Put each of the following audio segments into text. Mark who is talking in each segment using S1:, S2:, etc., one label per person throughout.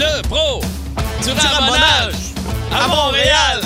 S1: Le pro du ramonage à Montréal.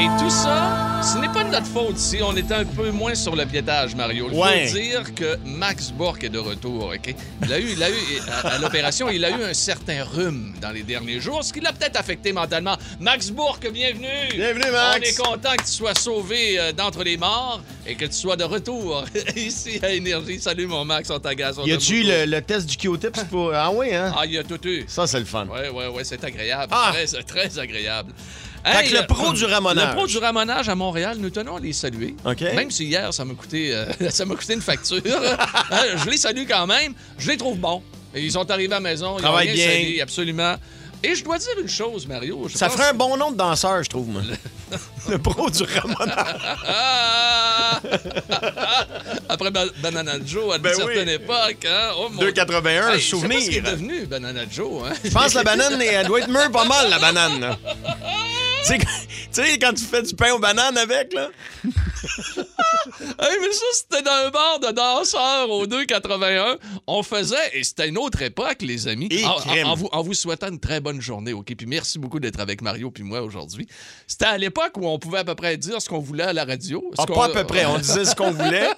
S1: Et tout ça, ce n'est pas de notre faute si on était un peu moins sur le piétage, Mario. Il faut
S2: Ouais.
S1: dire que Max Bourque est de retour, OK? Il a eu, il a eu à, à l'opération, il a eu un certain rhume dans les derniers jours, ce qui l'a peut-être affecté mentalement. Max Bourque, bienvenue!
S2: Bienvenue, Max.
S1: On est content que tu sois sauvé euh, d'entre les morts et que tu sois de retour ici à Énergie. Salut, mon Max, on t'agace. on
S2: Y
S1: t'aime
S2: a-tu eu
S1: beaucoup.
S2: le, le test du Q-tips pour. Ah oui, hein?
S1: Ah, il y a tout eu.
S2: Ça, c'est le fun.
S1: Ouais, ouais, ouais, c'est agréable.
S2: Ah!
S1: Très, très agréable.
S2: Fait
S1: Hey,
S2: que le pro
S1: euh,
S2: du ramonage.
S1: Le pro du ramonage à Montréal, nous tenons à les saluer.
S2: OK.
S1: Même si hier, ça m'a coûté, euh, ça m'a coûté une facture. Hein, je les salue quand même. Je les trouve bons. Et ils sont arrivés à la maison. Ils ont
S2: Travaille bien.
S1: salué, absolument. Et je dois dire une chose, Mario. je
S2: Ça
S1: pense-
S2: ferait un bon nom de danseur, je trouve, moi. le pro du ramonage.
S1: Ah! Après Ba- Banana Joe, à une
S2: Ben oui.
S1: certaine époque. hein. Oh, mon-
S2: 2,81,
S1: Hey, Je sais pas ce qu'il est
S2: souvenir.
S1: devenu, Banana Joe. hein.
S2: Je pense que la banane, elle doit être mûre pas mal, la banane. là. Tu sais, quand- tu sais, quand tu fais du pain aux bananes avec, là.
S1: Hey, mais ça, c'était dans un bar de danseurs au 281. On faisait, et c'était une autre époque, les amis.
S2: Et
S1: en,
S2: crime.
S1: en- en vous, en vous souhaitant une très bonne journée, OK? Puis merci beaucoup d'être avec Mario puis moi aujourd'hui. C'était à l'époque où on pouvait à peu près dire ce qu'on voulait à la radio. ce
S2: Ah,
S1: qu'on-
S2: pas à peu près, on disait ce qu'on voulait.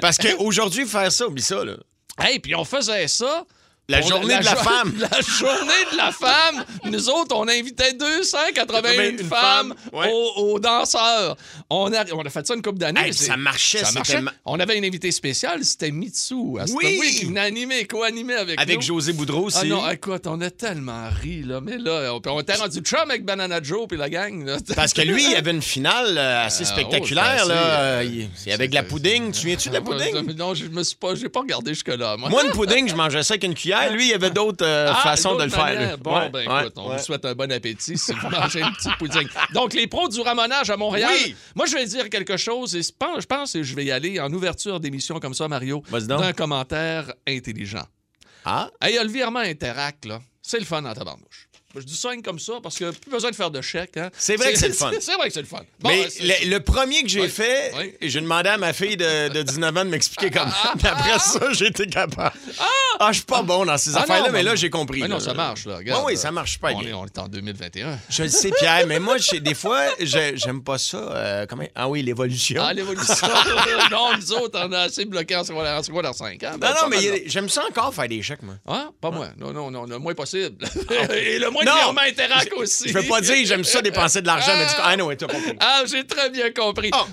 S2: Parce qu'aujourd'hui, faire ça, oublie ça, là.
S1: Hey, puis on faisait ça.
S2: La
S1: On-
S2: journée de la
S1: jo-
S2: femme.
S1: La journée de la femme. Nous autres, on invitait 281
S2: Une
S1: femmes
S2: femme, ouais.
S1: aux, aux danseurs. On a, on a fait ça une couple d'années.
S2: Hey,
S1: C'est-
S2: ça marchait,
S1: ça
S2: c'était
S1: marchait.
S2: ma-
S1: On avait une invitée spéciale, c'était Mitsu. à cette-
S2: Oui.
S1: qui venait animer, co-animer avec,
S2: Avec
S1: nous.
S2: José Boudreau aussi.
S1: Ah non, écoute, on a tellement ri, là. Mais là, on, on était rendu chum avec Banana Joe puis la gang. là.
S2: Parce que lui, il avait une finale euh, assez
S1: Ah,
S2: spectaculaire,
S1: oh, c'est
S2: là.
S1: assez,
S2: Euh, il- c'est avec de la pouding. Tu viens-tu de la pouding?
S1: Non, Ah je me suis pas, j'ai pas regardé jusque-là. Moi,
S2: Moi, une pouding, je mangeais ça avec une cuillère. Lui, il y avait d'autres euh,
S1: Ah,
S2: façons
S1: d'autres
S2: de le faire.
S1: manières.
S2: lui.
S1: Bon,
S2: Ouais,
S1: ben
S2: ouais,
S1: écoute, on
S2: ouais.
S1: vous souhaite un bon appétit si vous mangez une petite pouding. Donc, les pros du ramonage à Montréal.
S2: Oui.
S1: Moi, je vais dire quelque chose et je pense, je pense que je vais y aller en ouverture d'émission comme ça, Mario,
S2: Vas-y donc.
S1: d'un commentaire intelligent.
S2: Ah,
S1: Hey, le virement Interact, là, c'est le fun en tabarnouche. Je dis ça comme ça parce que plus besoin de faire de chèque. hein.
S2: C'est vrai que c'est le fun.
S1: C'est vrai que c'est le fun. Bon,
S2: mais
S1: ben, c'est-
S2: le, le premier que j'ai
S1: Ouais,
S2: fait,
S1: ouais.
S2: j'ai demandé à ma fille de, de 19 ans de m'expliquer comment. Puis après ça, j'étais capable. Ah, je suis pas bon dans ces
S1: Ah non,
S2: affaires-là, mais
S1: ben,
S2: là, j'ai compris.
S1: ben non,
S2: là.
S1: ça marche, là.
S2: Oui,
S1: Regarde,
S2: oui, ça marche pas
S1: on,
S2: bien.
S1: est, on est en 2021.
S2: Je le sais, Pierre, mais moi, j'ai- des fois, j'ai- j'aime pas ça. euh, comment... Ah oui, l'évolution.
S1: Ah, l'évolution. non, nous autres, on a assez bloqué en secondaire, en secondaire 5. Hein? Ben,
S2: non,
S1: pas
S2: non, mais
S1: mal,
S2: il y a- j'aime ça encore faire des chèques, moi.
S1: Ah, pas moi. Non, non, non, le moins possible. Et le moins
S2: Ah. Non.
S1: de virement Interac aussi.
S2: Je veux pas dire j'aime ça dépenser de l'argent, mais tu... Ah non, t'as compris.
S1: Ah, j'ai très bien compris.
S2: Ah.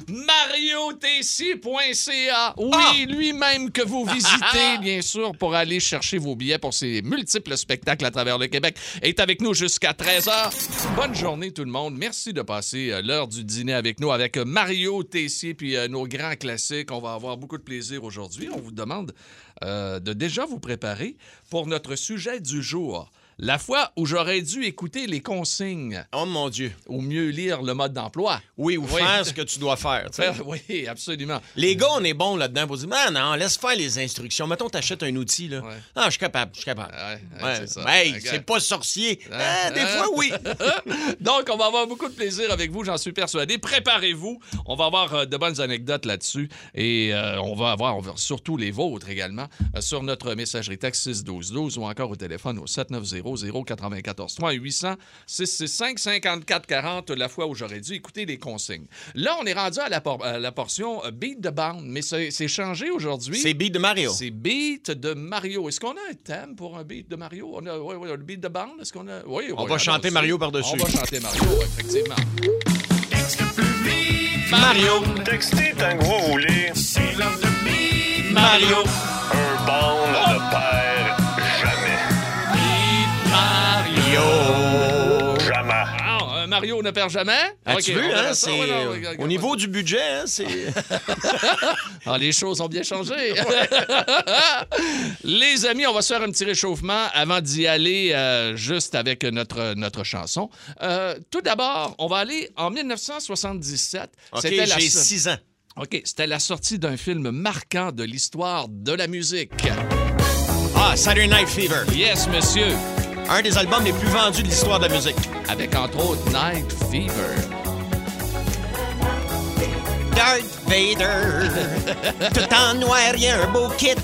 S1: MarioTC.ca. Oui,
S2: Ah.
S1: lui-même que vous visitez, bien sûr, pour aller chercher vos billets pour ces multiples spectacles à travers le Québec, est avec nous jusqu'à 13h. Bonne journée, tout le monde. Merci de passer euh, l'heure du dîner avec nous, avec euh, Mario Tessier, puis euh, nos grands classiques. On va avoir beaucoup de plaisir aujourd'hui. On vous demande euh, de déjà vous préparer pour notre sujet du jour. La fois où j'aurais dû écouter les consignes
S2: Oh mon Dieu.
S1: ou mieux lire le mode d'emploi.
S2: Oui, ou
S1: Oui. Ben,
S2: faire ce que tu dois faire. tu sais.
S1: Faire- oui, absolument.
S2: Les gars, on est bons là-dedans pour dire, Ah non, laisse faire les instructions. Mettons, t'achètes un outil, là.
S1: Ouais.
S2: Ah, je suis capable, je suis capable.
S1: Ouais, ouais,
S2: Ouais.
S1: c'est ça.
S2: Hey,
S1: Regarde.
S2: c'est pas sorcier.
S1: Ah.
S2: Ah, des fois, oui.
S1: Donc, on va avoir beaucoup de plaisir avec vous, j'en suis persuadé. Préparez-vous. On va avoir euh, de bonnes anecdotes là-dessus. Et euh, on va avoir on va- surtout les vôtres également euh, sur notre messagerie texte 61212 ou encore au téléphone au 7900-943 800-665-5440 la fois où j'aurais dû écouter les consignes. Là, on est rendu à la, por- à la portion euh, beat de bande, mais c'est c'est changé aujourd'hui.
S2: C'est beat de Mario.
S1: C'est beat de Mario. Est-ce qu'on a un thème pour un beat de Mario? On a, oui, oui, le beat de bande, est-ce qu'on a... Oui,
S2: On
S1: oui,
S2: va chanter
S1: aussi.
S2: Mario par-dessus.
S1: On va chanter Mario, effectivement.
S2: Mario,
S3: Texter un gros roulé. C'est l'heure de bip.
S2: Mario.
S3: Un bond ne perd jamais.
S1: Mario!
S3: Jamais.
S1: Ah, un Mario ne perd jamais.
S2: As-tu
S1: Ok, on
S2: vu,
S1: verra
S2: hein?
S1: ça. Ah
S2: c'est-
S1: Ouais, non, regarde,
S2: Au niveau du budget, hein, c'est.
S1: Ah, les choses ont bien changé. les amis, on va se faire un petit réchauffement avant d'y aller euh, juste avec notre, notre chanson. Euh, tout d'abord, on va aller en 1977.
S2: OK,
S1: C'était la
S2: j'ai
S1: so-
S2: 6 ans.
S1: OK, c'était la sortie d'un film marquant de l'histoire de la musique.
S2: Ah, Saturday Night Fever.
S1: Yes, monsieur.
S2: Un des albums les plus vendus de l'histoire de la musique.
S1: Avec entre autres Night Fever.
S2: Darth Vader. Tout en noir, il y a un beau kit.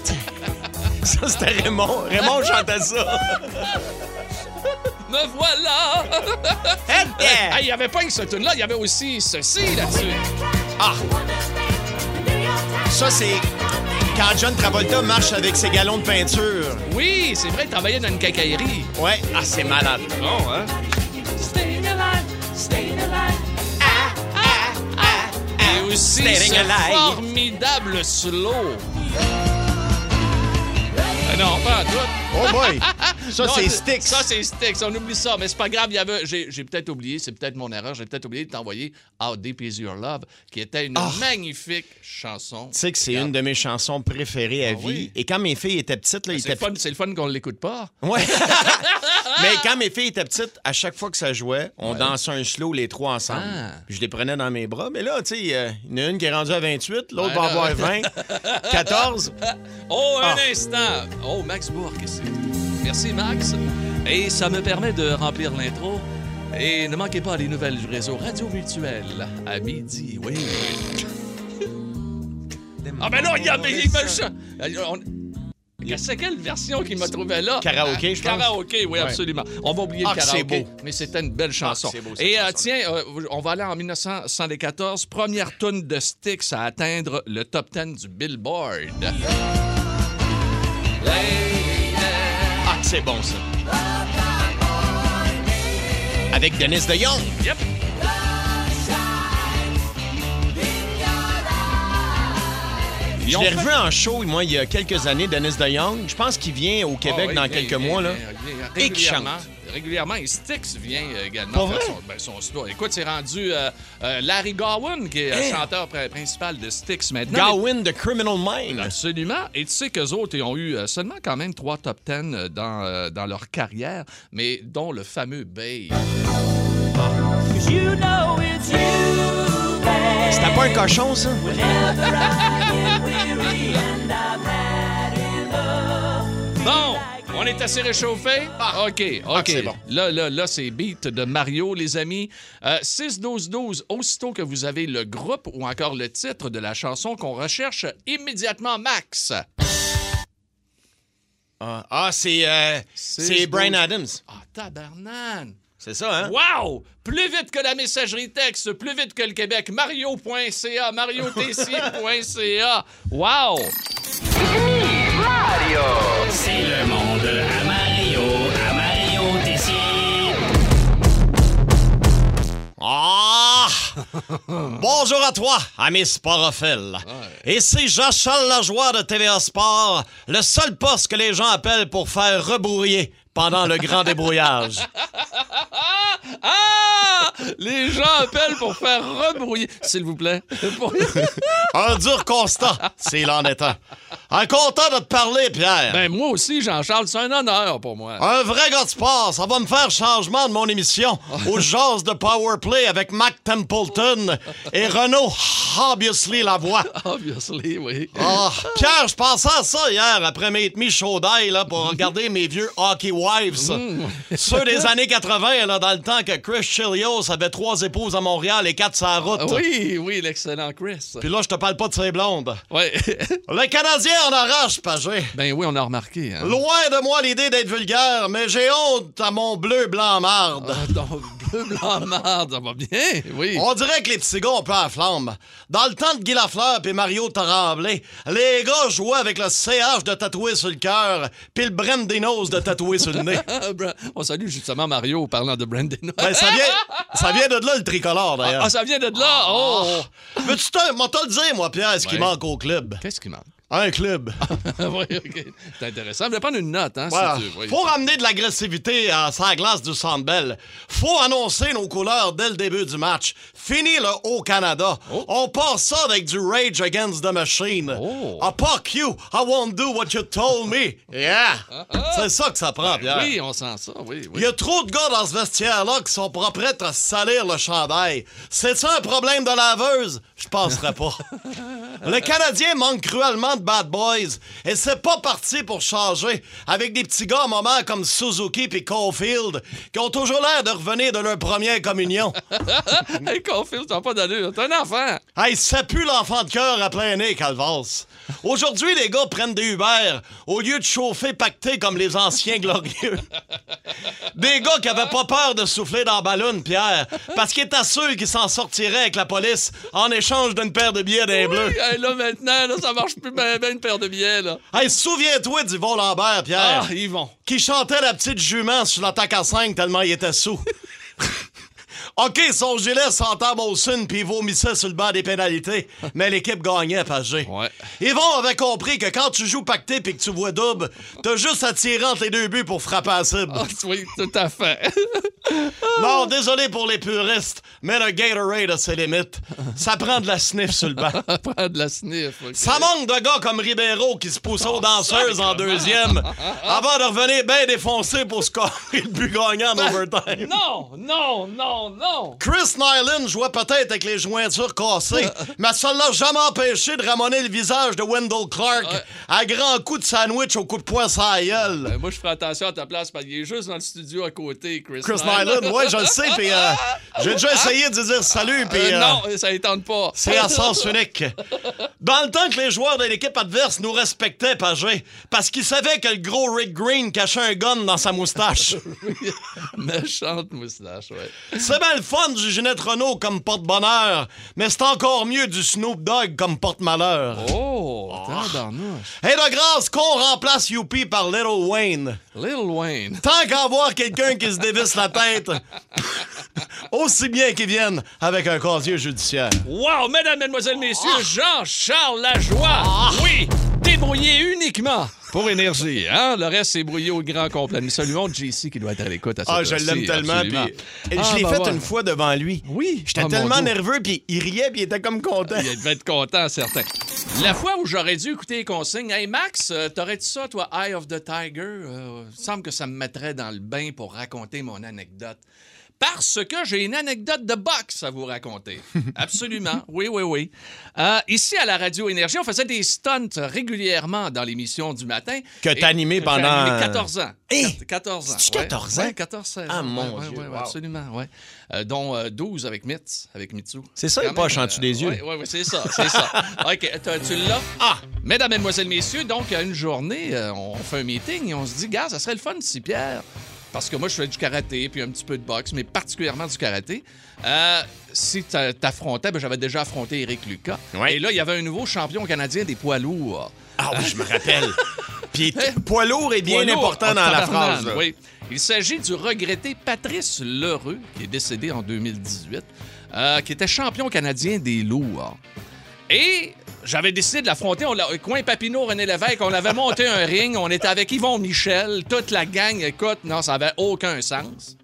S2: Ça, c'était Raymond. Raymond chantait ça.
S1: Me voilà!
S2: Hey,
S1: Hey, Il
S2: yeah.
S1: n'y avait pas que ce tune-là, il y avait aussi ceci là-dessus.
S2: Ah! Ça, c'est quand John Travolta marche avec ses galons de peinture.
S1: Oui, c'est vrai, il travaillait dans une cacaillerie.
S2: Ouais. Ah, c'est malade.
S1: Bon, hein? Et aussi
S2: Staring
S1: ce
S2: alive.
S1: formidable slow. Ah non, pas en tout.
S2: Oh boy! Ça,
S1: Non,
S2: c'est Styx.
S1: Ça, c'est Styx. On oublie ça, mais c'est pas grave. Il y avait, j'ai, j'ai peut-être oublié, c'est peut-être mon erreur, j'ai peut-être oublié de t'envoyer How Deep Is Your Love, qui était une magnifique chanson.
S2: Ah. Tu sais que c'est une de mes chansons préférées à vie.
S1: Ah oui. Ah,
S2: Et quand mes filles étaient petites, là, ils
S1: C'est le,
S2: étaient
S1: fun, c'est le fun qu'on l'écoute pas.
S2: Ouais. Mais quand mes filles étaient petites, à chaque fois que ça jouait, on dansait un slow les trois ensemble.
S1: Ah.
S2: Puis Je les prenais dans mes bras. Mais là, tu sais, euh, il y en a une qui est rendue à 28, l'autre
S1: Ouais,
S2: va
S1: là.
S2: avoir 20, 14.
S1: Oh, un
S2: Ah.
S1: instant! Oh, Max Bourque ici. Merci, Max. Et ça me permet de remplir l'intro. Et ne manquez pas les nouvelles du réseau Radio Mutuel à midi, oui. ah ben non, il y a... Il me chan- Euh, on- C'est quelle version qu'il m'a trouvé là? Hein?
S2: Karaoké, je pense.
S1: Karaoké, oui, absolument. On va oublier
S2: Ah,
S1: le
S2: que c'est
S1: karaoké.
S2: beau.
S1: Mais c'était une belle chanson.
S2: Ah, c'est beau, cette
S1: Et euh,
S2: chanson-là.
S1: tiens, euh, on va aller en 1974. Première tune de Styx à atteindre le top 10 du Billboard.
S2: Ah, c'est bon, ça. Avec Dennis de Jong.
S1: Yep.
S2: Je
S1: Ils ont
S2: l'ai
S1: fait-
S2: revu en show, moi, il y a quelques années, Dennis de Jong. Je pense qu'il vient au Québec
S1: Ah oui,
S2: dans
S1: il vient,
S2: quelques
S1: il
S2: mois.
S1: vient,
S2: là.
S1: il vient
S2: Et qui chante.
S1: Régulièrement. Régulièrement, et Styx vient euh,
S2: Pas
S1: également faire
S2: vrai?
S1: son, ben, son slow. Écoute, c'est rendu euh, euh, Larry Gowan qui est euh, chanteur pr- principal de Styx maintenant.
S2: Gowan de Criminal Mind.
S1: Absolument. Et tu sais qu'eux autres, ils ont eu euh, seulement quand même trois top 10 euh, dans, euh, dans leur carrière, mais dont le fameux Bay.
S2: C'était pas un cochon, ça?
S1: Bon, on est assez réchauffé. OK, OK.
S2: Ah. c'est bon.
S1: Là, là, là, c'est beat de Mario, les amis. 6-12-12, aussitôt que vous avez le groupe ou encore le titre de la chanson qu'on recherche immédiatement, Max.
S2: Ah, ah, c'est euh,
S1: C'est-
S2: c'est Brian Adams.
S1: Ah, tabarnane!
S2: C'est ça, hein?
S1: Wow! Plus vite que la messagerie texte, plus vite que le Québec, mario.ca, mariotc.ca. Wow!
S4: C'est le monde à Mario, à Mario Tessier.
S2: Ah! Bonjour à toi, ami Sporophiles. Ici Jean-Charles Lajoie de TVA Sport, le seul poste que les gens appellent pour faire rebrouiller pendant le grand débrouillage.
S1: Ah! Les gens appellent pour faire rebrouiller. S'il vous plaît. Pour-
S2: Un dur constat, s'il en est un. Un content de te parler, Pierre.
S1: Ben moi aussi, Jean-Charles, c'est un honneur pour moi.
S2: Un vrai gars de sport, ça va me faire changement de mon émission au jazz de Powerplay avec Mac Templeton et Renaud Obviously la voix.
S1: Ah. Obviously, oui.
S2: Ah, Pierre, je pensais à ça hier après mes demi chaudailles là pour regarder mes vieux hockey wives.
S1: Mm.
S2: Ceux des années 80 là dans le temps que Chris Chilios avait trois épouses à Montréal et quatre sur la route.
S1: Ah Oui, oui, l'excellent Chris.
S2: Puis là, je te parle pas de ces blondes.
S1: Ouais.
S2: Le Canadien en arrache, Pagé.
S1: ben oui, on a remarqué. Hein.
S2: Loin de moi l'idée d'être vulgaire, mais j'ai honte à mon bleu blanc marde.
S1: Ah, donc, bleu, blanc, marde, ça va bien, oui.
S2: On dirait que les petits gars ont peu la flamme. Dans le temps de Guy Lafleur et Mario Tremblay, les gars jouaient avec le CH de tatoué sur le cœur puis le Brandinos de tatoué sur le nez.
S1: Ah, bra- on salue justement Mario parlant de Brandon.
S2: Ben, ça vient, ça vient de là, le tricolore, d'ailleurs.
S1: Ah, ça vient de là. Oh!
S2: Veux-tu te, moi, te le dire, moi, Pierre, ce qui
S1: Ouais.
S2: manque au club?
S1: Qu'est-ce qui manque?
S2: Un club.
S1: oui, OK. C'est intéressant. Je vais prendre une note, hein,
S2: Voilà.
S1: si tu veux. Oui.
S2: Faut ramener de l'agressivité à sa glace du Centre Bell. Faut annoncer nos couleurs dès le début du match. Fini le Haut-Canada. On part ça avec du Rage Against the Machine.
S1: Oh.
S2: I fuck you. I won't do what you told me. Yeah. C'est ça que ça prend, Pierre.
S1: Oui, on sent ça, oui.
S2: Il
S1: oui.
S2: y a trop de gars dans ce vestiaire-là qui sont pas prêts à salir le chandail. C'est ça un problème de laveuse? Je penserais pas. le Canadien manque cruellement de bad boys et c'est pas parti pour changer avec des petits gars à moment comme Suzuki puis Caulfield qui ont toujours l'air de revenir de leur première communion.
S1: hey, Caulfield, t'as pas d'allure. T'es un enfant.
S2: Hey, ça pue l'enfant de cœur à plein nez, Calvas. Aujourd'hui, les gars prennent des Uber au lieu de chauffer pacté comme les anciens glorieux. Des gars qui avaient pas peur de souffler dans la ballon, Pierre, parce qu'ils étaient sûrs qu'ils s'en sortiraient avec la police en échange d'une paire de billets d'un bleu.
S1: Hey, là, maintenant, là, ça marche plus ben, ben une paire de billets, là.
S2: Hey, souviens-toi d'Yvon Lambert, Pierre,
S1: Ah, ils vont.
S2: qui chantait la petite jument sur l'attaque à 5 tellement il était sous. OK, son gilet sentait Molson puis il vomissait sur le banc des pénalités, mais l'équipe gagnait, Pagé.
S1: Ouais.
S2: Yvon avait compris que quand tu joues pacté puis que tu vois double, t'as juste à tirer entre les deux buts pour frapper à la cible.
S1: Ah, oui, tout à fait.
S2: Non, désolé pour les puristes, mais le Gatorade a ses limites. Ça prend de la sniff sur le banc.
S1: Prends de la sniff. ok.
S2: Ça manque de gars comme Ribeiro qui se pousse aux
S1: Ah,
S2: danseuses en deuxième avant de revenir bien défoncé pour scorer le but gagnant en overtime.
S1: Non, non, non, non.
S2: Chris Nyland jouait peut-être avec les jointures cassées, mais ça l'a jamais empêché de ramonner le visage de Wendell Clark à grands coups de sandwich au coup de poing sur la gueule.
S1: Ben, moi, je ferai attention à ta place parce qu'il est juste dans le studio à côté, Chris.
S2: Chris
S1: Nyland. Hein?
S2: Nyland, ouais, je le sais, puis euh, j'ai déjà essayé de dire salut, puis...
S1: Euh,
S2: euh,
S1: Non, ça ne tente pas.
S2: C'est à sens unique. Dans le temps que les joueurs de l'équipe adverse nous respectaient, Pagé, parce qu'ils savaient que le gros Rick Green cachait un gun dans sa moustache.
S1: Méchante moustache, ouais.
S2: C'est bien le fun du Ginette Renault comme porte-bonheur, mais c'est encore mieux du Snoop Dogg comme porte-malheur.
S1: Oh, tabarnouche.
S2: Et de grâce qu'on remplace Youpi par Little Wayne.
S1: Lil Wayne.
S2: Tant qu'à voir quelqu'un qui se dévisse la tête, aussi bien qu'il vienne avec un casier judiciaire.
S1: Wow, mesdames, mesdemoiselles, messieurs,
S2: Ah.
S1: Jean-Charles Lajoie. Oui, débrouillé uniquement pour énergie. Hein? Le reste, c'est brouillé au grand complet. Nous saluons JC qui doit être à l'écoute à cette
S2: Ah, je l'aime
S1: heure-ci,
S2: tellement.
S1: absolument.
S2: puis- Et
S1: Ah,
S2: je l'ai
S1: ben
S2: fait
S1: voilà.
S2: une fois devant lui.
S1: Oui.
S2: J'étais
S1: Ah, mon
S2: tellement
S1: Dieu.
S2: nerveux, puis il riait, puis il était comme content.
S1: Il devait être content, certain. La fois où j'aurais dû écouter les consignes, hey Max, euh, t'aurais-tu ça, toi, Eye of the Tiger? Euh, il semble que ça me mettrait dans le bain pour raconter mon anecdote. Parce que j'ai une anecdote de boxe à vous raconter. Absolument. Oui, oui, oui. Euh, ici, à la Radio Énergie, on faisait des stunts régulièrement dans l'émission du matin.
S2: Que t'as
S1: Et-
S2: animé
S1: que j'ai
S2: pendant-
S1: animé 14 ans.
S2: Hey!
S1: Quat- 14 ans.
S2: C'est-tu 14 ans?
S1: Ouais, 14 16
S2: Ah,
S1: ans.
S2: mon
S1: Ouais, ouais,
S2: Dieu,
S1: ouais,
S2: wow.
S1: Absolument, ouais. Euh, dont euh, 12 avec Mitz, avec Mitsu.
S2: C'est ça, les poches en dessous des yeux.
S1: Oui, oui, euh, c'est ça, c'est ça. OK, t'as- tu l'as? Ah! Mesdames, Mesdemoiselles, Messieurs, donc, à une journée, euh, on fait un meeting et on se dit, gars, ça serait le fun si Pierre, parce que moi, je fais du karaté puis un petit peu de boxe, mais particulièrement du karaté, euh, si t'a- t'affrontais, ben, j'avais déjà affronté Eric Lucas.
S2: Ouais.
S1: Et là, il y avait un nouveau champion canadien des poids lourds.
S2: Ah oui, je me rappelle. Puis t- poids lourd est bien
S1: Hein? Poids lourds,
S2: important
S1: en
S2: dans la
S1: tabarnane,
S2: phrase. là.
S1: Oui. Il s'agit du regretté Patrice Lheureux, qui est décédé en 2018, euh, qui était champion canadien des lourds. Et j'avais décidé de l'affronter. On l'a- Coin Papineau, René Lévesque, on avait monté un ring. On était avec Yvon Michel, toute la gang. Écoute, non, ça avait aucun sens.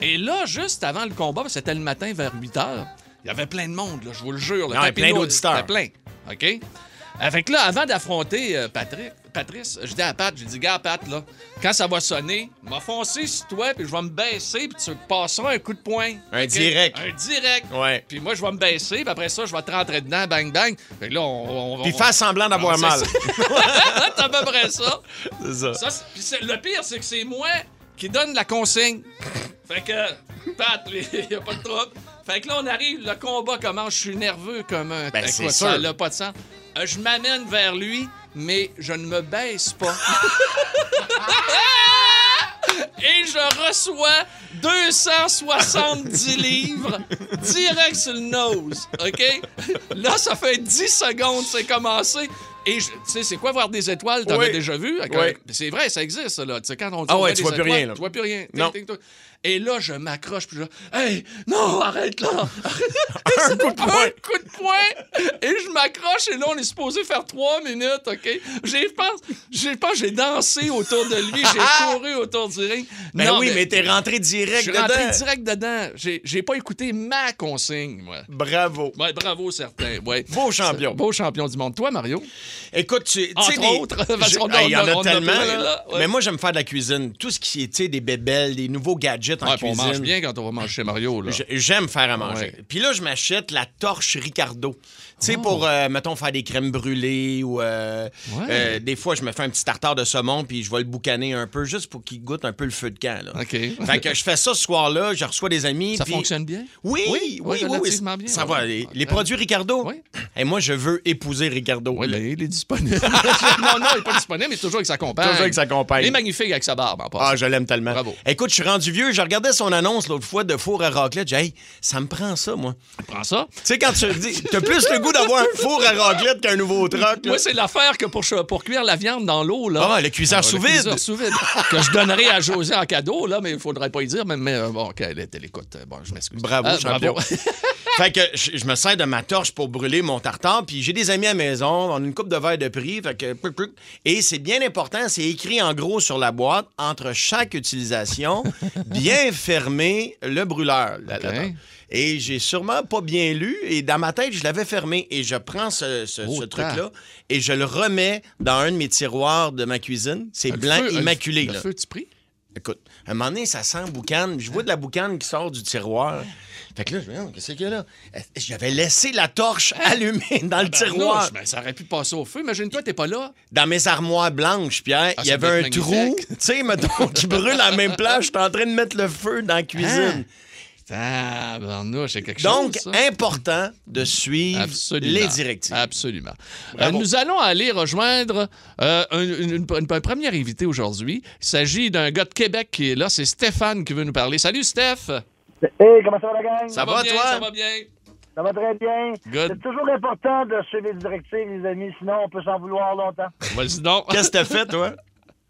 S1: Et là, juste avant le combat, parce que c'était le matin vers 8 h, il y avait plein de monde, là, je vous le jure. là.
S2: Ah ouais,
S1: Papineau,
S2: plein d'auditeurs.
S1: c'était plein. OK? Avec là, avant d'affronter euh, Patrick, Patrice, je dis à Pat, je dis, gars, Pat, là, quand ça va sonner, m'a foncé sur toi, puis je vais me baisser, puis tu passeras un coup de poing.
S2: Un
S1: OK?
S2: direct.
S1: Un direct.
S2: Ouais.
S1: Puis moi, je vais me baisser, puis après ça, je vais te rentrer dedans, bang, bang. Fait que là, on. on
S2: Puis
S1: on-
S2: faire semblant d'avoir
S1: Ah, c'est
S2: mal.
S1: ça. C'est à peu près ça.
S2: C'est ça.
S1: Ça, c'est- puis c'est- le pire, c'est que c'est moi qui donne la consigne. Fait que, Pat, il n'y a pas de trouble. Fait que là, on arrive, le combat commence, je suis nerveux comme un...
S2: Ben, c'est
S1: Écoute,
S2: sûr.
S1: Ça n'a pas de sens. Euh, Je m'amène vers lui, mais je ne me baisse pas. Et je reçois 270 livres direct sur le nose, OK? Là, ça fait 10 secondes, c'est commencé. Et je- tu sais, c'est quoi voir des étoiles? T'en as
S2: Oui.
S1: déjà vu?
S2: Oui.
S1: C'est vrai, ça existe, ça, là. Tu sais, quand on dit
S2: Ah
S1: on voit
S2: ouais, tu
S1: des
S2: vois plus
S1: étoiles,
S2: rien, là.
S1: Tu vois plus rien. Tic,
S2: Non.
S1: tic, toc. Et là, je m'accroche, puis je Hey, non, arrête là!
S2: Un coup de poing.
S1: Un coup de poing! Et je m'accroche, et là, on est supposé faire trois minutes, OK? J'ai pense, j'ai pense, j'ai dansé autour de lui, j'ai couru autour du ring.
S2: Ben
S1: Non,
S2: oui, mais, t'es rentré direct
S1: je suis
S2: dedans.
S1: rentré direct dedans. J'ai j'ai pas écouté ma consigne, moi.
S2: Bravo.
S1: Ouais, bravo, certains. Ouais.
S2: Beau champion.
S1: Beau champion du monde. Toi, Mario?
S2: Écoute, tu tu
S1: Entre
S2: sais, des-
S1: autres, parce
S2: je-
S1: qu'on
S2: Ah, il y
S1: en
S2: en
S1: a- on en
S2: a
S1: a
S2: tellement.
S1: plein,
S2: là.
S1: là, ouais.
S2: Mais moi, j'aime faire de la cuisine. Tout ce qui est, tu sais, des bébelles, des nouveaux gadgets en
S1: Ouais, puis on
S2: cuisine.
S1: mange bien quand on va manger chez Mario, là.
S2: J- J'aime faire à manger.
S1: Ouais. Oh.
S2: Puis là, je m'achète la torche Ricardo. Tu sais, pour, euh, mettons, faire des crèmes brûlées ou euh,
S1: Ouais.
S2: euh, des fois, je me fais un petit tartare de saumon puis je vais le boucaner un peu juste pour qu'il goûte un peu le feu de camp. Là.
S1: OK.
S2: Fait que je fais ça ce soir-là, je reçois des amis.
S1: Ça
S2: puis-
S1: fonctionne bien?
S2: Oui, oui, oui. oui,
S1: relativement bien.
S2: Ça
S1: ouais.
S2: va. Les, les
S1: Ouais.
S2: produits Ricardo.
S1: Oui.
S2: Et moi, je veux épouser Ricardo.
S1: Oui,
S2: Le-
S1: mais il est disponible. non, non, il n'est pas disponible, mais toujours avec sa compagne.
S2: Toujours avec sa compagne.
S1: Il est magnifique avec sa barbe, en
S2: Ah,
S1: passant.
S2: je l'aime tellement.
S1: Bravo.
S2: Écoute, je suis rendu vieux. Je regardais son annonce l'autre fois de four à raclette. J'ai dit, hey, ça me prend ça, moi.
S1: Prends ça.
S2: Tu sais, quand tu te dis, t'as plus le goût d'avoir un four à raclette qu'un nouveau truck. là.
S1: Moi, c'est l'affaire que pour, ch- pour cuire la viande dans l'eau, là.
S2: Ah, le cuiseur
S1: le
S2: sous vide.
S1: cuiseur sous vide. que je donnerai à José en cadeau, là, mais il faudrait pas y dire. Mais, mais, euh, bon, OK, elle est- elle écoute. Euh, Bon, je m'excuse.
S2: Bravo,
S1: Ah,
S2: champion. fait que je, je me sers de ma torche pour brûler mon tartare, puis j'ai des amis à la maison, on a une coupe de verre de prix, fait que plouc, plouc. et c'est bien important, c'est écrit en gros sur la boîte entre chaque utilisation, bien fermer le brûleur. la- la
S1: OK.
S2: torche. et j'ai sûrement pas bien lu, et dans ma tête, je l'avais fermé. Et je prends ce, ce-
S1: Oh,
S2: ce
S1: tant.
S2: truc-là et je le remets dans un de mes tiroirs de ma cuisine. C'est
S1: Le
S2: blanc
S1: feu, euh,
S2: immaculé.
S1: Le
S2: là.
S1: feu, tu pries?
S2: Écoute, à un moment donné, ça sent boucane. Je vois de la boucane qui sort du tiroir. Fait que là, je me dis, Ah, qu'est-ce qu'il y a là? Eh, J'avais laissé la torche allumée dans le tiroir.
S1: Tabarnouche, Hein? ben, ça aurait pu passer au feu. Imagine-toi, t'es pas là.
S2: Dans mes armoires blanches, Pierre,
S1: Ah,
S2: il y
S1: ça doit
S2: avait un
S1: être
S2: trou,
S1: magnifique.
S2: tu sais, mettons, qui brûle à la même place. J'étais en train de mettre le feu dans la cuisine.
S1: Tabarnouche, c'est quelque
S2: Donc,
S1: chose. Ah, ça.
S2: important de suivre
S1: Absolument.
S2: les directives.
S1: Absolument.
S2: Bravo.
S1: Euh, nous allons aller rejoindre euh, un, une- une- une- un premier invité aujourd'hui. Il s'agit d'un gars de Québec qui est là. C'est Stéphane qui veut nous parler. Salut, Steph. Ça,
S5: Hey, comment ça va la gang?
S2: Ça va,
S1: bien,
S2: toi?
S1: Ça va bien.
S5: Ça va très bien.
S1: Good.
S5: C'est toujours important de suivre les directives, les amis, sinon on peut s'en vouloir longtemps.
S1: Vas-y donc.
S2: Qu'est-ce que t'as fait, toi?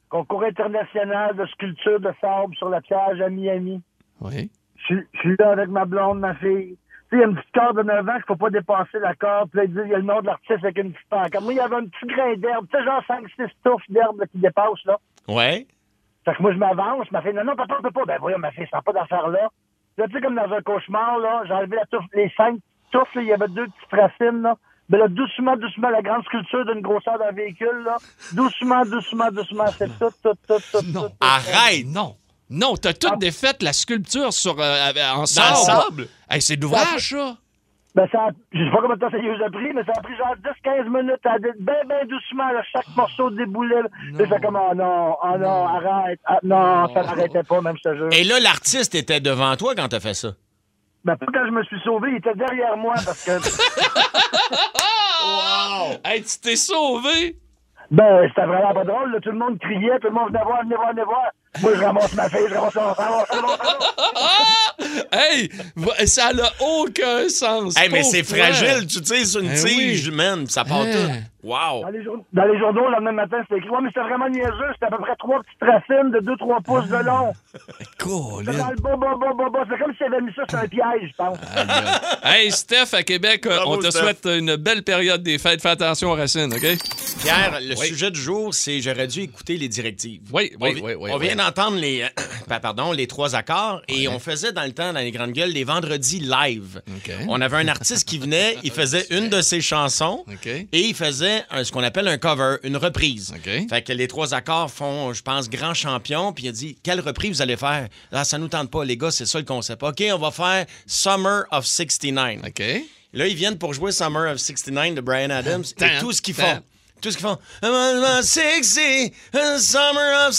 S5: Concours international de sculpture de sable sur la plage à Miami.
S1: Oui.
S5: Je suis- je suis là avec ma blonde, ma fille. Tu sais, il y a une petite corde de 9 ans qu'il faut pas dépasser la corde. Puis là, ils disent, il y a le nom de l'artiste avec une petite pancarte. Moi, il y avait un petit grain d'herbe. Tu sais, genre 5-6 touffes d'herbe là, qui dépassent, là.
S2: Ouais.
S5: Fait que moi, je m'avance. Ma fille, non, non, papa, on peut pas. Ben, voyons, ma fille, ça n'a pas d'affaire là. Là, tu sais, comme dans un cauchemar, là, j'ai enlevé la touffe, les cinq touffes, là, il y avait deux petites racines, là. Ben là, doucement, doucement, la grande sculpture d'une grosseur d'un véhicule, là. Doucement, doucement, doucement, c'est tout, tout, tout, tout,
S1: Non.
S5: tout.
S2: Arrête!
S1: Non. Non, t'as toutes défaites la sculpture sur, euh, avec- en
S2: Dans le
S1: sable.
S2: sable?
S1: Hey, c'est de l'ouvrage, ça.
S5: Ben, ça, a- je sais pas combien de temps ça lui a pris, mais ça a pris genre 10-15 minutes à dé- ben, ben doucement, là, chaque morceau déboulait, là. Là, j'étais comme, oh non, oh non, arrête, ah, non, ça n'arrêtait pas, même, je te jure.
S2: Et là, l'artiste était devant toi quand t'as fait ça.
S5: Ben, pas quand je me suis sauvé, il était derrière moi, parce que...
S2: Oh.
S1: Hey, tu t'es sauvé.
S5: Ben, c'était vraiment pas drôle. Là. Tout le monde criait, tout le monde venait voir, venez voir, venez voir. Moi, je ramasse ma fille, je ramasse mon ramasse, je ramasse, je ramasse.
S1: Ah! Hey, va- ça n'a aucun sens.
S2: Hey, mais
S1: Pauvre
S2: c'est
S1: toi.
S2: fragile, tu tires sur une
S1: Eh
S2: tige, man, puis ça part
S1: Eh.
S2: tout. Wow!
S5: Dans les, jour- dans les journaux, le lendemain matin, c'était écrit. Ouais, mais c'était vraiment niaiseux. C'était à peu près trois petites racines de 2-3 pouces de long. C'était dans
S1: Colin.
S5: le bas, bas, bas, bas, bas. C'est comme si avait mis ça sur un piège, je pense.
S1: Hey, Steph, à Québec, euh,
S2: Bravo,
S1: on te
S2: Steph.
S1: souhaite une belle période des fêtes. Fais attention aux racines, OK?
S2: Pierre, le
S1: Oui.
S2: sujet du jour, c'est j'aurais dû écouter les directives.
S1: Oui, oui,
S2: on, vi-
S1: oui, oui,
S2: On
S1: oui.
S2: vient d'entendre les, pa- pardon, les trois accords et on faisait dans le temps, dans les grandes gueules, des vendredis live.
S1: OK.
S2: On avait un artiste qui venait, il faisait une de ses chansons
S1: OK.
S2: et il faisait un- ce qu'on appelle un cover, une reprise.
S1: OK.
S2: Fait que les trois accords font, je pense, grand champion. Puis il a dit Quelle reprise vous allez faire Ah, ça nous tente pas, les gars, c'est ça le concept. OK, on va faire Summer of 69.
S1: OK.
S2: Là, ils viennent pour jouer Summer of 69 de Brian Adams
S1: Tant,
S2: et tout ce qu'ils
S1: tant.
S2: font. Tout ce qu'ils font. I'm 60, a Summer of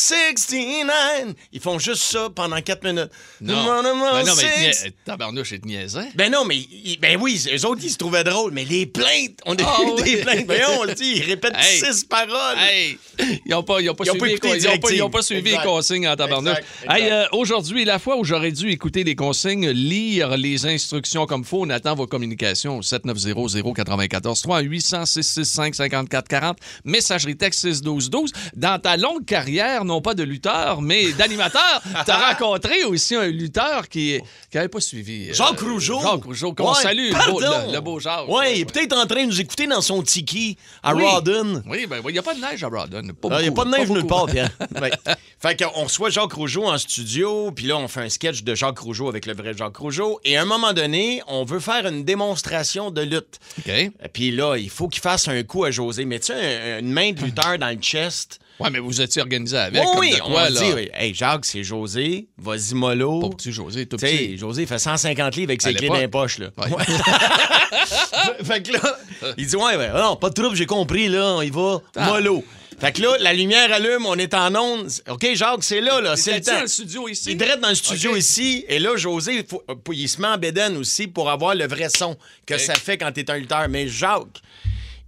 S2: 69. Ils font juste ça pendant 4 minutes.
S1: Non.
S2: I'm on
S1: Ben non, mais
S2: six-
S1: nia- tabarnouche, c'est niaisant.
S2: Ben non, mais ils- ben oui, eux autres, ils se trouvaient drôles, mais les plaintes, on a
S1: Ah
S2: eu
S1: oui.
S2: des plaintes. Voyons, on le dit, ils répètent
S1: Hey.
S2: six paroles.
S1: Hey! Ils n'ont pas, ils ont pas
S2: Ils ont
S1: suivi,
S2: pas
S1: les,
S2: écouté
S1: con-
S2: les
S1: ils ont pas- ils ont
S2: directives.
S1: pas suivi les
S2: Exact.
S1: consignes en tabarnouche.
S2: Exact, exact.
S1: Hey, euh, aujourd'hui, la fois où j'aurais dû écouter les consignes, lire les instructions comme faut, on attend vos communications au 7900 94 3 800 665 54 40 540, messagerie texte 61212. Dans ta longue carrière, non pas de lutteur, mais d'animateur, t'as rencontré aussi un lutteur qui n'avait pas suivi. euh,
S6: Jacques Rougeau.
S1: Jacques Rougeau, qu'on
S6: Ouais,
S1: salue, le
S6: pardon.
S1: beau- le, le beau Jacques.
S6: Ouais,
S1: Ouais,
S6: il est
S1: ouais.
S6: peut-être en train de nous écouter dans son tiki à
S1: Oui.
S6: Rawdon.
S1: Oui, ben, il n'y a pas de neige à Rodden.
S6: Ah, Il n'y a pas de neige nulle part, Pierre.
S2: Ouais. Fait qu'on reçoit Jacques Rougeau en studio, puis là, on fait un sketch de Jacques Rougeau avec le vrai Jacques Rougeau. Et à un moment donné, on veut faire une démonstration de lutte.
S1: OK.
S2: Puis là, il faut qu'il fasse un coup à José. Mais tu sais, un- une main de lutteur dans le chest.
S1: Ouais, mais vous étiez organisé avec.
S2: Oh
S1: comme
S2: oui,
S1: de quoi,
S2: on
S1: là.
S2: dit, oui, hey, Jacques, c'est José, vas-y mollo.
S1: Pas petit José, tout
S2: Tu sais,
S1: petit.
S2: José fait 150 livres avec
S1: À
S2: ses clés dans les poches, là.
S1: Ouais.
S2: Ouais. fait que là, il dit, ouais, ben, non, pas de trouble, j'ai compris, là, on y va,
S1: Ah.
S2: mollo. Fait que là, la lumière allume, on est en onde. OK, Jacques, c'est là, là, c'est le
S1: T'étais-tu
S2: temps.
S1: dans le studio ici?
S2: Il drette dans le studio
S1: OK.
S2: ici, et là, José, il faut- euh, il se met en bédaine aussi pour avoir le vrai son que ça fait quand t'es un lutteur. Mais Jacques,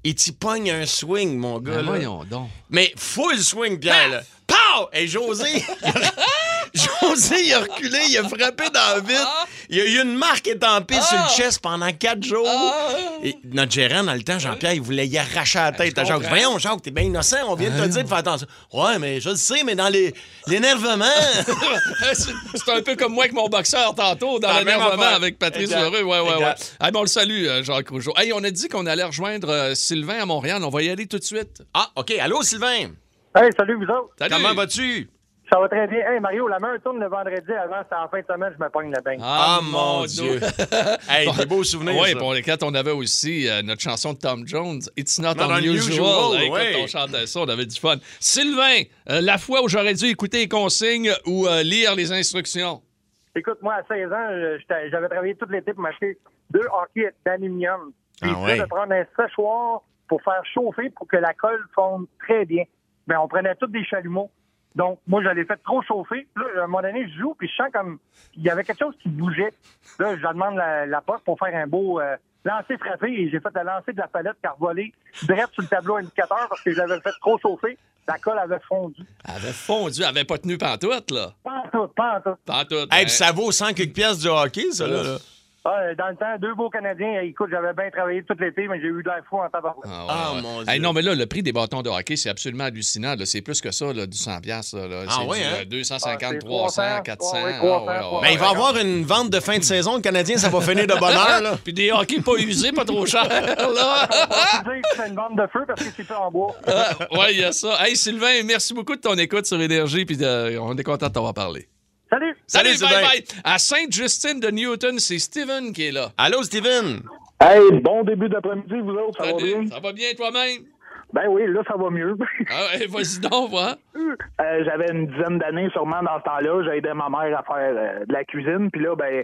S2: il t'y pogne un swing, mon gars.
S1: Ben,
S2: là.
S1: voyons donc.
S2: Mais full swing, Pierre, là. Pow! Et José, José, il a reculé, il a frappé dans le vide. Il y a eu une marque étampée sur le chest pendant quatre jours. Et notre gérant, dans le temps, Jean-Pierre, il voulait y arracher la tête à Jacques. Voyons, Jacques, t'es bien innocent, on vient de te dire de faire attention. Ouais, mais je le sais, mais dans les- l'énervement.
S1: C'est c'est un peu comme moi avec mon boxeur tantôt dans
S2: Ah,
S1: le même
S2: même
S1: moment
S2: affaire.
S1: avec Patrice
S2: Exact.
S1: Heureux. Ouais, ouais, ouais.
S2: Exact.
S1: Ah, bon, on le salue, euh, Jacques Rougeau. Hey, on a dit qu'on allait rejoindre euh, Sylvain à Montréal. On va y aller tout de suite.
S2: ah, OK. Allô, Sylvain?
S5: Hey, salut, vous autres.
S1: Salut.
S2: Comment vas-tu?
S5: Ça va très bien. Hey, Mario, la main tourne le vendredi avant, c'est en fin de semaine, je me pogne la bain.
S2: Ah, mon Dieu. hey, des beaux souvenirs.
S1: Oui,
S2: ça.
S1: bon, quand on avait aussi euh, notre chanson de Tom Jones, It's Not,
S2: Not
S1: Unusual.
S2: unusual,
S1: Écoute,
S2: ouais.
S1: on chantait ça, on avait du fun. Sylvain, euh, la fois où j'aurais dû écouter les consignes ou euh, lire les instructions.
S5: Écoute, moi, à 16 ans, euh, j'étais- j'avais travaillé tout l'été pour m'acheter deux hockey d'aluminium. Puis
S2: Ah
S5: je voulais
S2: ouais.
S5: de prendre un séchoir pour faire chauffer pour que la colle fonde très bien. Mais on prenait tous des chalumeaux. Donc, moi, je l'ai fait trop chauffer. Puis là, à un moment donné, je joue, puis je sens comme il y avait quelque chose qui bougeait. Là, je leur demande la, la poste pour faire un beau euh, lancer frappé. Et j'ai fait le lancer de la palette carvolée direct sur le tableau indicateur parce que je l'avais fait trop chauffer. La colle avait fondu.
S1: Elle avait fondu, elle avait pas tenu pantoute, là.
S5: Pas en tout, pas en tout.
S1: Pantoute.
S2: Hey,
S1: hein.
S2: puis ça vaut 100 quelques pièces du hockey, ça, là. là.
S5: Ah, euh, dans le temps, deux beaux Canadiens. Eh, Écoute, j'avais bien travaillé tout l'été, mais j'ai eu de la fou en tabarouette.
S1: Ah, ouais,
S2: Ah,
S1: ouais.
S2: mon
S1: Hey,
S2: Dieu.
S1: non, mais là, le prix des bâtons de hockey, c'est absolument hallucinant. là. C'est plus que ça, là, du 100$. piastres, Là, là.
S2: Ah,
S1: c'est
S2: ouais,
S1: du,
S2: hein?
S1: euh, 250,
S5: Ah, c'est
S1: 300,
S5: 300,
S1: 400.
S5: ouais, ouais,
S1: Ah,
S5: 300, ouais.
S2: Mais Ben, il va
S5: Ouais,
S2: avoir une vente de fin de saison. Le Canadien, ça va finir de bonne heure, là.
S1: Puis des hockey pas usés, pas trop chers, là.
S5: On peut dire que c'est une bande de feu parce que c'est fait en bois.
S1: Ah, ouais, il y a ça. Hey, Sylvain, merci beaucoup de ton écoute sur Énergie, puis de- on est content de t'avoir parlé.
S5: Salut!
S1: Salut,
S2: Sylvain.
S1: bye bye. À Sainte-Justine de Newton, c'est Steven qui est là.
S2: Allô, Steven?
S5: Hey, bon début d'après-midi, vous autres, ça va bien?
S1: Ça va bien toi-même?
S5: Ben oui, là, ça va mieux.
S1: Ah, ouais, vas-y donc, va.
S2: Ah,
S5: Euh, j'avais une dizaine d'années sûrement dans ce temps-là. J'aidais ma mère à faire euh, de la cuisine. Puis là, ben,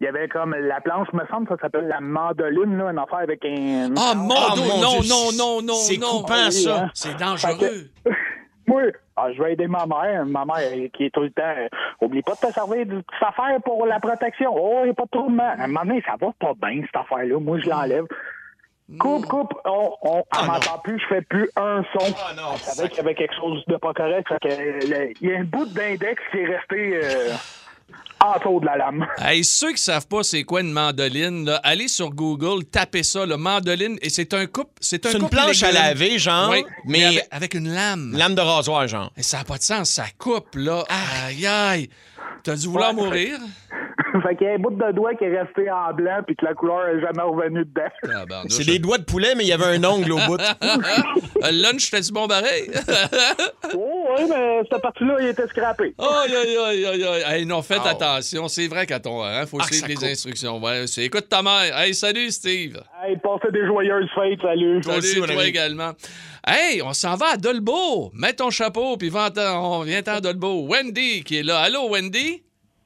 S5: il y avait comme la planche, me semble, ça s'appelle la mandoline, là, une affaire avec un...
S1: Ah, mon,
S2: Ah,
S1: Dieu,
S2: mon
S1: non,
S2: Dieu,
S1: non, non, non,
S2: c'est
S1: non.
S2: coupant,
S1: Ah,
S2: ça.
S5: hein.
S1: C'est dangereux.
S5: Oui. Ah, je vais aider ma mère. Ma mère euh, qui est tout le temps. euh, Oublie pas de te servir de petite affaire pour la protection. Oh, il a pas de trouble. À un moment donné, ça va pas bien, cette affaire-là. Moi, je l'enlève.
S2: Mm.
S5: Coupe, coupe. On, on, elle m'entend plus. Je fais plus un son.
S2: Ah, non.
S5: Je savais qu'il y avait quelque chose de pas correct. Fait que, euh, le- il y a un bout d'index qui est resté euh, en dessous de la lame.
S1: Hey, ceux qui savent pas c'est quoi une mandoline, là, allez sur Google, tapez ça, le mandoline, et c'est un coupe. C'est un
S2: C'est une
S1: coupe
S2: planche à
S1: légume.
S2: laver, genre,
S1: Oui, mais,
S2: mais
S1: avec, avec une lame.
S2: lame de rasoir, genre.
S1: Et ça n'a pas de sens, ça coupe, là. Aïe, aïe. T'as dû vouloir mourir?
S5: fait qu'il y a un bout de doigt qui est resté en blanc puis que la couleur n'est jamais revenue dedans.
S1: Tabarnouche.
S2: C'est des doigts de poulet, mais il y avait un ongle au bout. Ben
S1: Euh, lunch, t'as du bon pareil?
S5: oh, oui, mais cette partie-là, il était scrappé.
S1: Aïe, aïe, aïe, aïe, aïe. Hey, non, faites attention. C'est vrai quand on. Hein, faut
S2: Ah,
S1: suivre
S2: ça
S1: les
S2: coupe.
S1: instructions. Ouais, c'est- écoute ta mère. Hey, salut, Steve.
S5: Hey, passez des joyeuses fêtes, salut.
S1: Salut,
S2: aussi, mon
S1: toi
S2: ami.
S1: également. Hey, on s'en va à Dolbeau. Mets ton chapeau, puis va en- on vient à Dolbeau. Wendy qui est là. Allô, Wendy?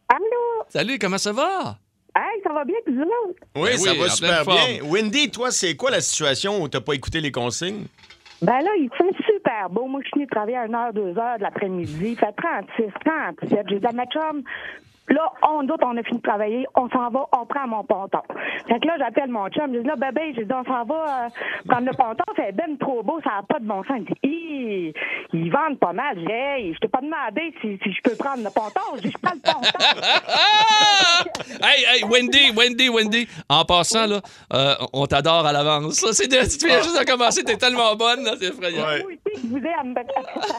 S7: Allô?
S1: Salut, comment ça va?
S7: Hey, ça va bien, puis vous autres?
S2: Oui,
S1: Ben
S2: ça
S1: oui, en
S2: va super
S1: pleine
S2: bien. Wendy, toi, c'est quoi la situation où t'as pas écouté les consignes?
S7: Ben là, ils sont super beaux. Moi, je finis de travailler à 1h, 2h de l'après-midi. Il fait 36, 37. J'ai dit à ma chum, Là, on doute, on a fini de travailler, on s'en va, on prend mon ponton. Fait que là, j'appelle mon chum, je dis là, bébé, j'ai dit, on s'en va euh, prendre le ponton, c'est ben trop beau, ça n'a pas de bon sens. Il dit, Hi, ils vendent pas mal. Je dis, hey, je t'ai pas demandé si, si je peux prendre le ponton. Je dis, je prends le ponton.
S1: hey, hey, Wendy, Wendy, Wendy. En passant, là, euh, on t'adore à l'avance. Ça, c'est de- Tu
S2: Ah.
S1: viens juste de commencer, t'es tellement bonne, là, c'est effrayant.
S7: Moi aussi, je vous aime.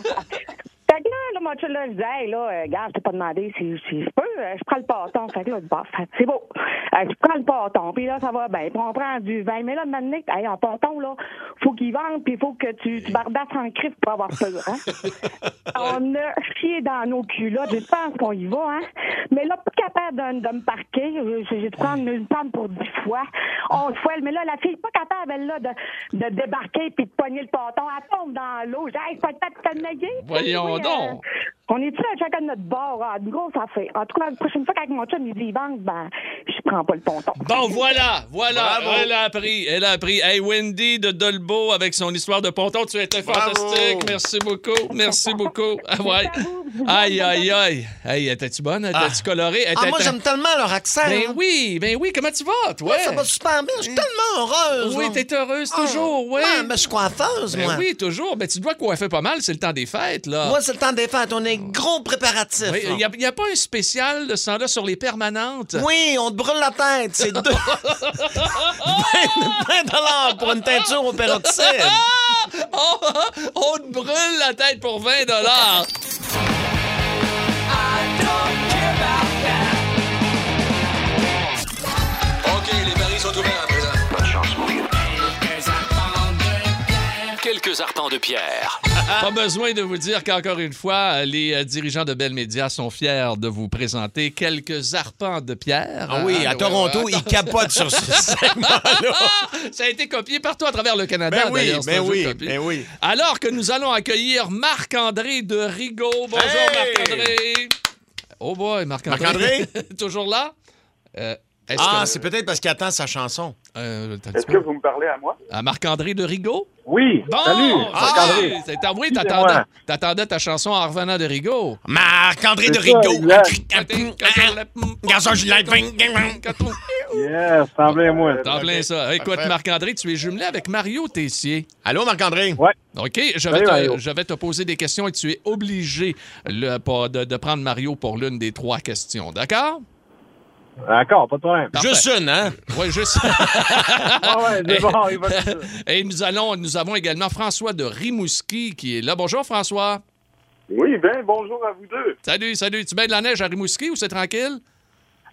S7: Fait que là, là, mon chum, là, je dis, hey, là, euh, gars, je t'ai pas demandé si, si je peux, euh, je prends le ponton. Fait que là, bah, fait que c'est beau. Euh, je prends le ponton, puis là, ça va bien. Puis on prend du vin. Mais là, maintenant, hey, en ponton, là, faut qu'il vende, puis faut que tu, tu bardasses en crise pour avoir peur, hein. on a chié dans nos culottes. Je pense qu'on y va, hein. Mais là, pas capable de, de me parquer. Je- J'ai dû prendre une femme pour dix fois. On se fouette. Mais là, la fille, pas capable, elle, là, de, de débarquer puis de pogner le ponton. Elle tombe dans l'eau. J'ai dit, hey, c'est pas le temps de te naguer.
S1: Voyons
S7: Oui,
S1: donc.
S7: euh, on est-tu à chacun de notre bord? Ah, une grosse affaire. En tout cas, la prochaine fois, quand mon chum, il dit, banque, ben, je prends pas le ponton.
S1: Bon, voilà, voilà.
S7: Bravo.
S1: Elle a appris, elle a appris. Hey, Wendy de Dolbeau avec son histoire de ponton, tu étais
S2: Bravo.
S1: fantastique. Merci beaucoup, merci beaucoup. Ah, ouais. Aïe, aïe, aïe. Hey, étais-tu bonne? Étais-tu colorée?
S2: Ah, moi,
S1: Étais-
S2: j'aime tellement leur accent.
S1: Ben
S2: hein.
S1: oui, ben oui, comment tu vas, toi?
S2: Ouais, ça va super bien. Je suis tellement heureuse.
S1: Oui,
S2: là.
S1: t'es heureuse
S2: Ah,
S1: toujours, oui.
S2: ouais, mais je suis coiffeuse,
S1: Ben
S2: moi.
S1: oui, toujours. Ben, tu dois coiffer pas mal, c'est le temps des fêtes, là.
S2: Moi, c'est le temps des fêtes. On est gros préparatifs.
S1: Oui,
S2: là.
S1: Il n'y a, pas un spécial de ce temps-là sur les permanentes?
S2: Oui, on te brûle la tête. C'est deux... 20 dollars pour une teinture au peroxyde.
S1: Oh, on te brûle la tête pour 20 dollars.
S8: OK, les paris sont ouverts à présent. Bonne chance, mon vieux. Quelques arpents de pierre.
S1: Pas besoin de vous dire qu'encore une fois, les euh, dirigeants de Bell Media sont fiers de vous présenter quelques arpents de pierre.
S2: Ah oui,
S1: Hein,
S2: à
S1: ouais,
S2: Toronto,
S1: ouais,
S2: ils capotent sur ce segment-là.
S1: Ça a été copié partout à travers le Canada.
S2: Ben oui,
S1: d'ailleurs, c'est
S2: ben
S1: un jeu
S2: oui,
S1: de copie.
S2: ben oui.
S1: Alors que nous allons accueillir Marc-André de Rigaud. Bonjour
S2: Hey!
S1: Marc-André. Oh boy, Marc-André.
S2: Marc-André?
S1: Toujours là? Euh, est-ce
S2: Ah,
S1: que-
S2: c'est peut-être parce qu'il attend sa chanson.
S1: Euh, t'as-
S5: Est-ce que vous me parlez à moi?
S1: à Ah, Marc-André de Rigaud?
S5: Oui.
S1: Bon!
S5: Salut, Marc-André.
S1: Ah, c'est- oui,
S5: Excusez-moi.
S1: t'attendais, t'attendais ta chanson en revenant de Rigaud.
S2: Ah, Marc-André de
S5: C'est ça,
S2: Rigaud.
S5: exact.
S2: ah. Garçon, je l'ai
S5: Yes, semblez-moi.
S1: T'en plein ça. Écoute,
S5: Parfait.
S1: Marc-André, tu es jumelé avec Mario Tessier.
S2: Allô, Marc-André?
S5: Ouais.
S1: OK, je vais,
S5: Salut,
S1: te,
S5: Mario.
S1: je vais te poser des questions et tu es obligé le- pas- de, de prendre Mario pour l'une des trois questions, d'accord?
S5: D'accord, pas de problème.
S2: Juste une, hein?
S1: Oui, juste.
S5: Ah ouais, c'est bon, il va tout ça.
S1: et nous, allons, nous avons également François de Rimouski qui est là. Bonjour, François.
S5: Oui, ben, bonjour à vous deux.
S1: Salut, salut. Tu mets de la neige à Rimouski ou c'est tranquille?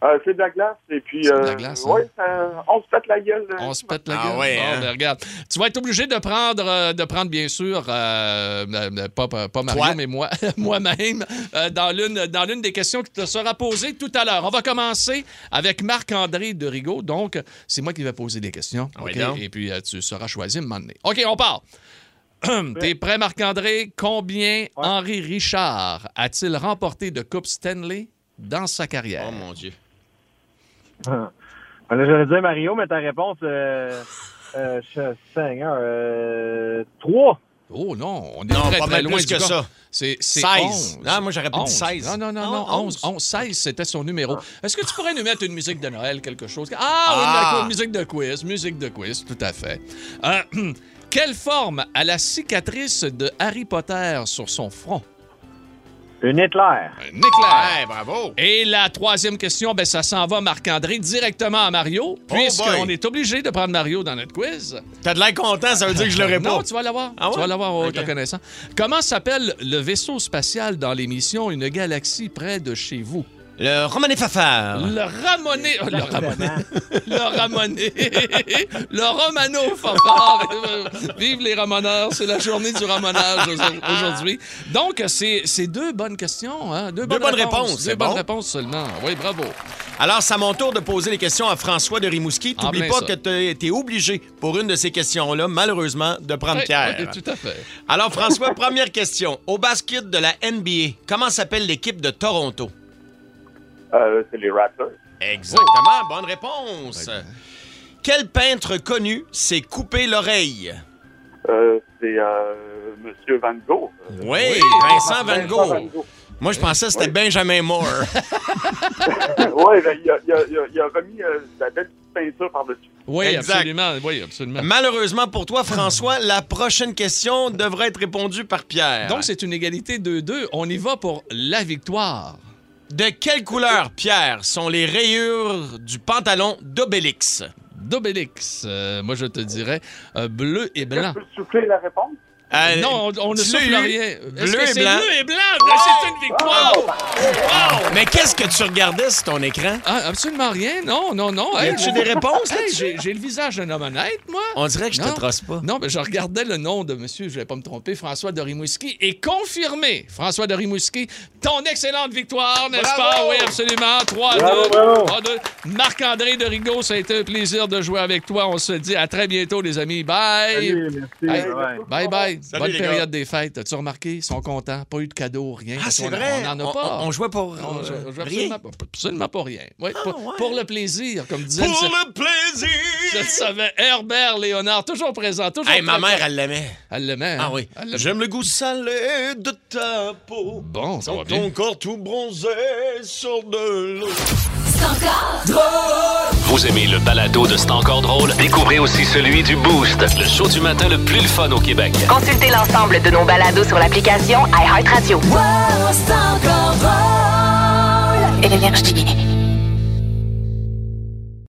S5: Euh, c'est de la glace, et puis...
S1: C'est de la
S5: euh,
S1: glace, hein.
S5: ouais, ça- on se pète la gueule. euh,
S1: On se pète la
S2: Ah
S1: gueule.
S2: ouais,
S1: Bon,
S2: hein?
S1: ben, regarde. Tu vas être obligé de prendre, euh, de prendre bien sûr, euh, euh, pas, pas, pas Mario,
S2: Toi.
S1: mais moi, moi-même, euh, dans l'une dans l'une des questions qui te sera posée tout à l'heure. On va commencer avec Marc-André de Rigaud. Donc, c'est moi qui vais poser des questions.
S2: oui,
S1: OK?
S2: Ah donc.
S1: Et puis, euh, tu seras choisi un moment donné. OK, on part. T'es prêt, Marc-André? Combien Henri Richard a-t-il remporté de Coupe Stanley dans sa carrière?
S2: Oh, mon Dieu.
S5: Ben là, j'allais dire Mario, mais ta réponse... Euh, euh, je- Seigneur, euh, trois.
S1: Oh non, on est
S2: Non,
S1: très,
S2: pas
S1: très
S2: mal
S1: loin
S2: plus
S1: du
S2: que
S1: gars.
S2: ça.
S1: C'est c'est
S2: 16.
S1: 11.
S2: Non, moi, j'aurais pas dit
S1: 11.
S2: 16.
S1: Non, non, non,
S2: Non,
S1: non, 11.
S2: 11.
S1: 11, 16, c'était son numéro. Est-ce que tu pourrais nous mettre une musique de Noël, quelque chose? Ah,
S2: Ah!
S1: oui, d'accord, musique de quiz, musique de quiz, tout à fait. Euh, quelle forme a la cicatrice de Harry Potter sur son front?
S5: Une Hitler.
S1: Un éclair.
S2: Ouais, bravo.
S1: Et la troisième question, ben, ça s'en va, Marc-André, directement à Mario, puisqu'on
S2: Oh, boy.
S1: est obligé de prendre Mario dans notre quiz.
S2: T'as de l'air content, ça veut dire que je l'aurais
S1: Non,
S2: pas.
S1: tu vas l'avoir.
S2: Ah ouais?
S1: Tu vas l'avoir, oh, ouais,
S2: Ok.
S1: t'as connaissant. Comment s'appelle le vaisseau spatial dans l'émission Une galaxie près de chez vous?
S2: Le Romané Fafard.
S1: Le Ramoné... oh, le Ramoné. le Ramoné. le Romano Fafard. Vive les ramoneurs. C'est la journée du ramonage au- aujourd'hui. Donc, c'est c'est deux bonnes questions. hein? Deux,
S2: bonnes réponses,
S1: Deux
S2: c'est
S1: bonnes
S2: bon.
S1: réponses seulement. Oui, bravo.
S2: Alors, c'est à mon tour de poser les questions à François de Rimouski.
S1: En
S2: T'oublies
S1: plein
S2: pas
S1: Ah, ben ça.
S2: que t'es t'es obligé, pour une de ces questions-là, malheureusement, de prendre
S1: Oui,
S2: Pierre.
S1: oui, tout à fait.
S2: Alors, François, première question. Au basket de la NBA, comment s'appelle l'équipe de Toronto?
S5: Euh, c'est les Raptors.
S1: Oh.
S2: Exactement, bonne réponse. Quel peintre connu s'est coupé l'oreille?
S5: Euh, c'est euh, Monsieur Van Gogh.
S2: Oui, Vincent Van Gogh. Moi, je pensais que c'était Benjamin Moore.
S5: ouais, ben, il a, il a- il a- il a remis euh, la belle petite peinture par-dessus.
S1: Oui,
S2: Exact.
S1: absolument. Oui, absolument.
S2: Malheureusement pour toi, François, la prochaine question devrait être répondue par Pierre.
S1: Donc, c'est une égalité 2-2. On y va pour la victoire.
S2: De quelle couleur, Pierre, sont les rayures du pantalon d'Obélix?
S1: D'Obélix, euh, moi je te dirais euh, bleu et blanc.
S5: Souffler la réponse?
S2: Euh,
S1: non, on, on ne
S2: tu
S1: souffle
S2: l'as eu.
S1: rien. Est-ce
S2: Bleu
S1: que
S2: et
S1: c'est
S2: blanc. Oh!
S1: bleu et blanc? Ben, C'est une victoire!
S2: Mais qu'est-ce que tu regardais sur ton écran?
S1: Ah, absolument rien. Non, non, non.
S2: Y
S1: Hey,
S2: a-tu
S1: j'ai-
S2: des réponses
S1: Hey,
S2: là-dessus?
S1: j'ai- J'ai le visage d'un homme honnête, moi.
S2: On dirait que je te
S1: Non.
S2: trosse pas.
S1: Non, mais je regardais le nom de monsieur, je vais pas me tromper, François de Rimouski. Et confirmé, François de Rimouski, ton excellente victoire, n'est-ce
S9: Bravo!
S1: pas? Oui, absolument. 3
S9: Bravo,
S1: 2.
S9: bravo.
S1: 3 2. Marc-André de Rigaud, ça a été un plaisir de jouer avec toi. On se dit à très bientôt, les amis. Bye.
S10: Salut, merci. Bye.
S1: bye. bye.
S10: Salut,
S1: Bonne
S10: les gars.
S1: période des fêtes. As-tu remarqué? Ils sont contents. Pas eu de cadeaux, rien.
S2: Ah,
S1: Parce
S2: c'est
S1: qu'on-
S2: vrai.
S1: On n'en
S2: On-
S1: a pas.
S2: on- on jouait pour,
S1: On
S2: euh,
S1: jouait- on jouait
S2: rien. Ah,
S1: absolument pas, absolument pas rien. Ouais, pour,
S2: ouais.
S1: pour le plaisir, comme disait
S2: Pour
S1: le-
S2: le plaisir!
S1: je le savais. Herbert Léonard, toujours présent, toujours
S2: Hey, ma
S1: présent.
S2: mère, elle l'aimait.
S1: Elle l'aimait.
S2: Ah
S1: hein?
S2: oui.
S1: Elle l'aimait.
S2: J'aime le goût salé de ta peau.
S1: Bon, ça va bien.
S2: Ton corps tout bronzé sur de l'eau.
S11: Vous aimez le balado de C'est encore drôle? Découvrez aussi celui du Boost, le show du matin le plus le fun au Québec.
S12: Consultez l'ensemble de nos balados sur l'application iHeartRadio. Wow, c'est encore drôle! Énergie.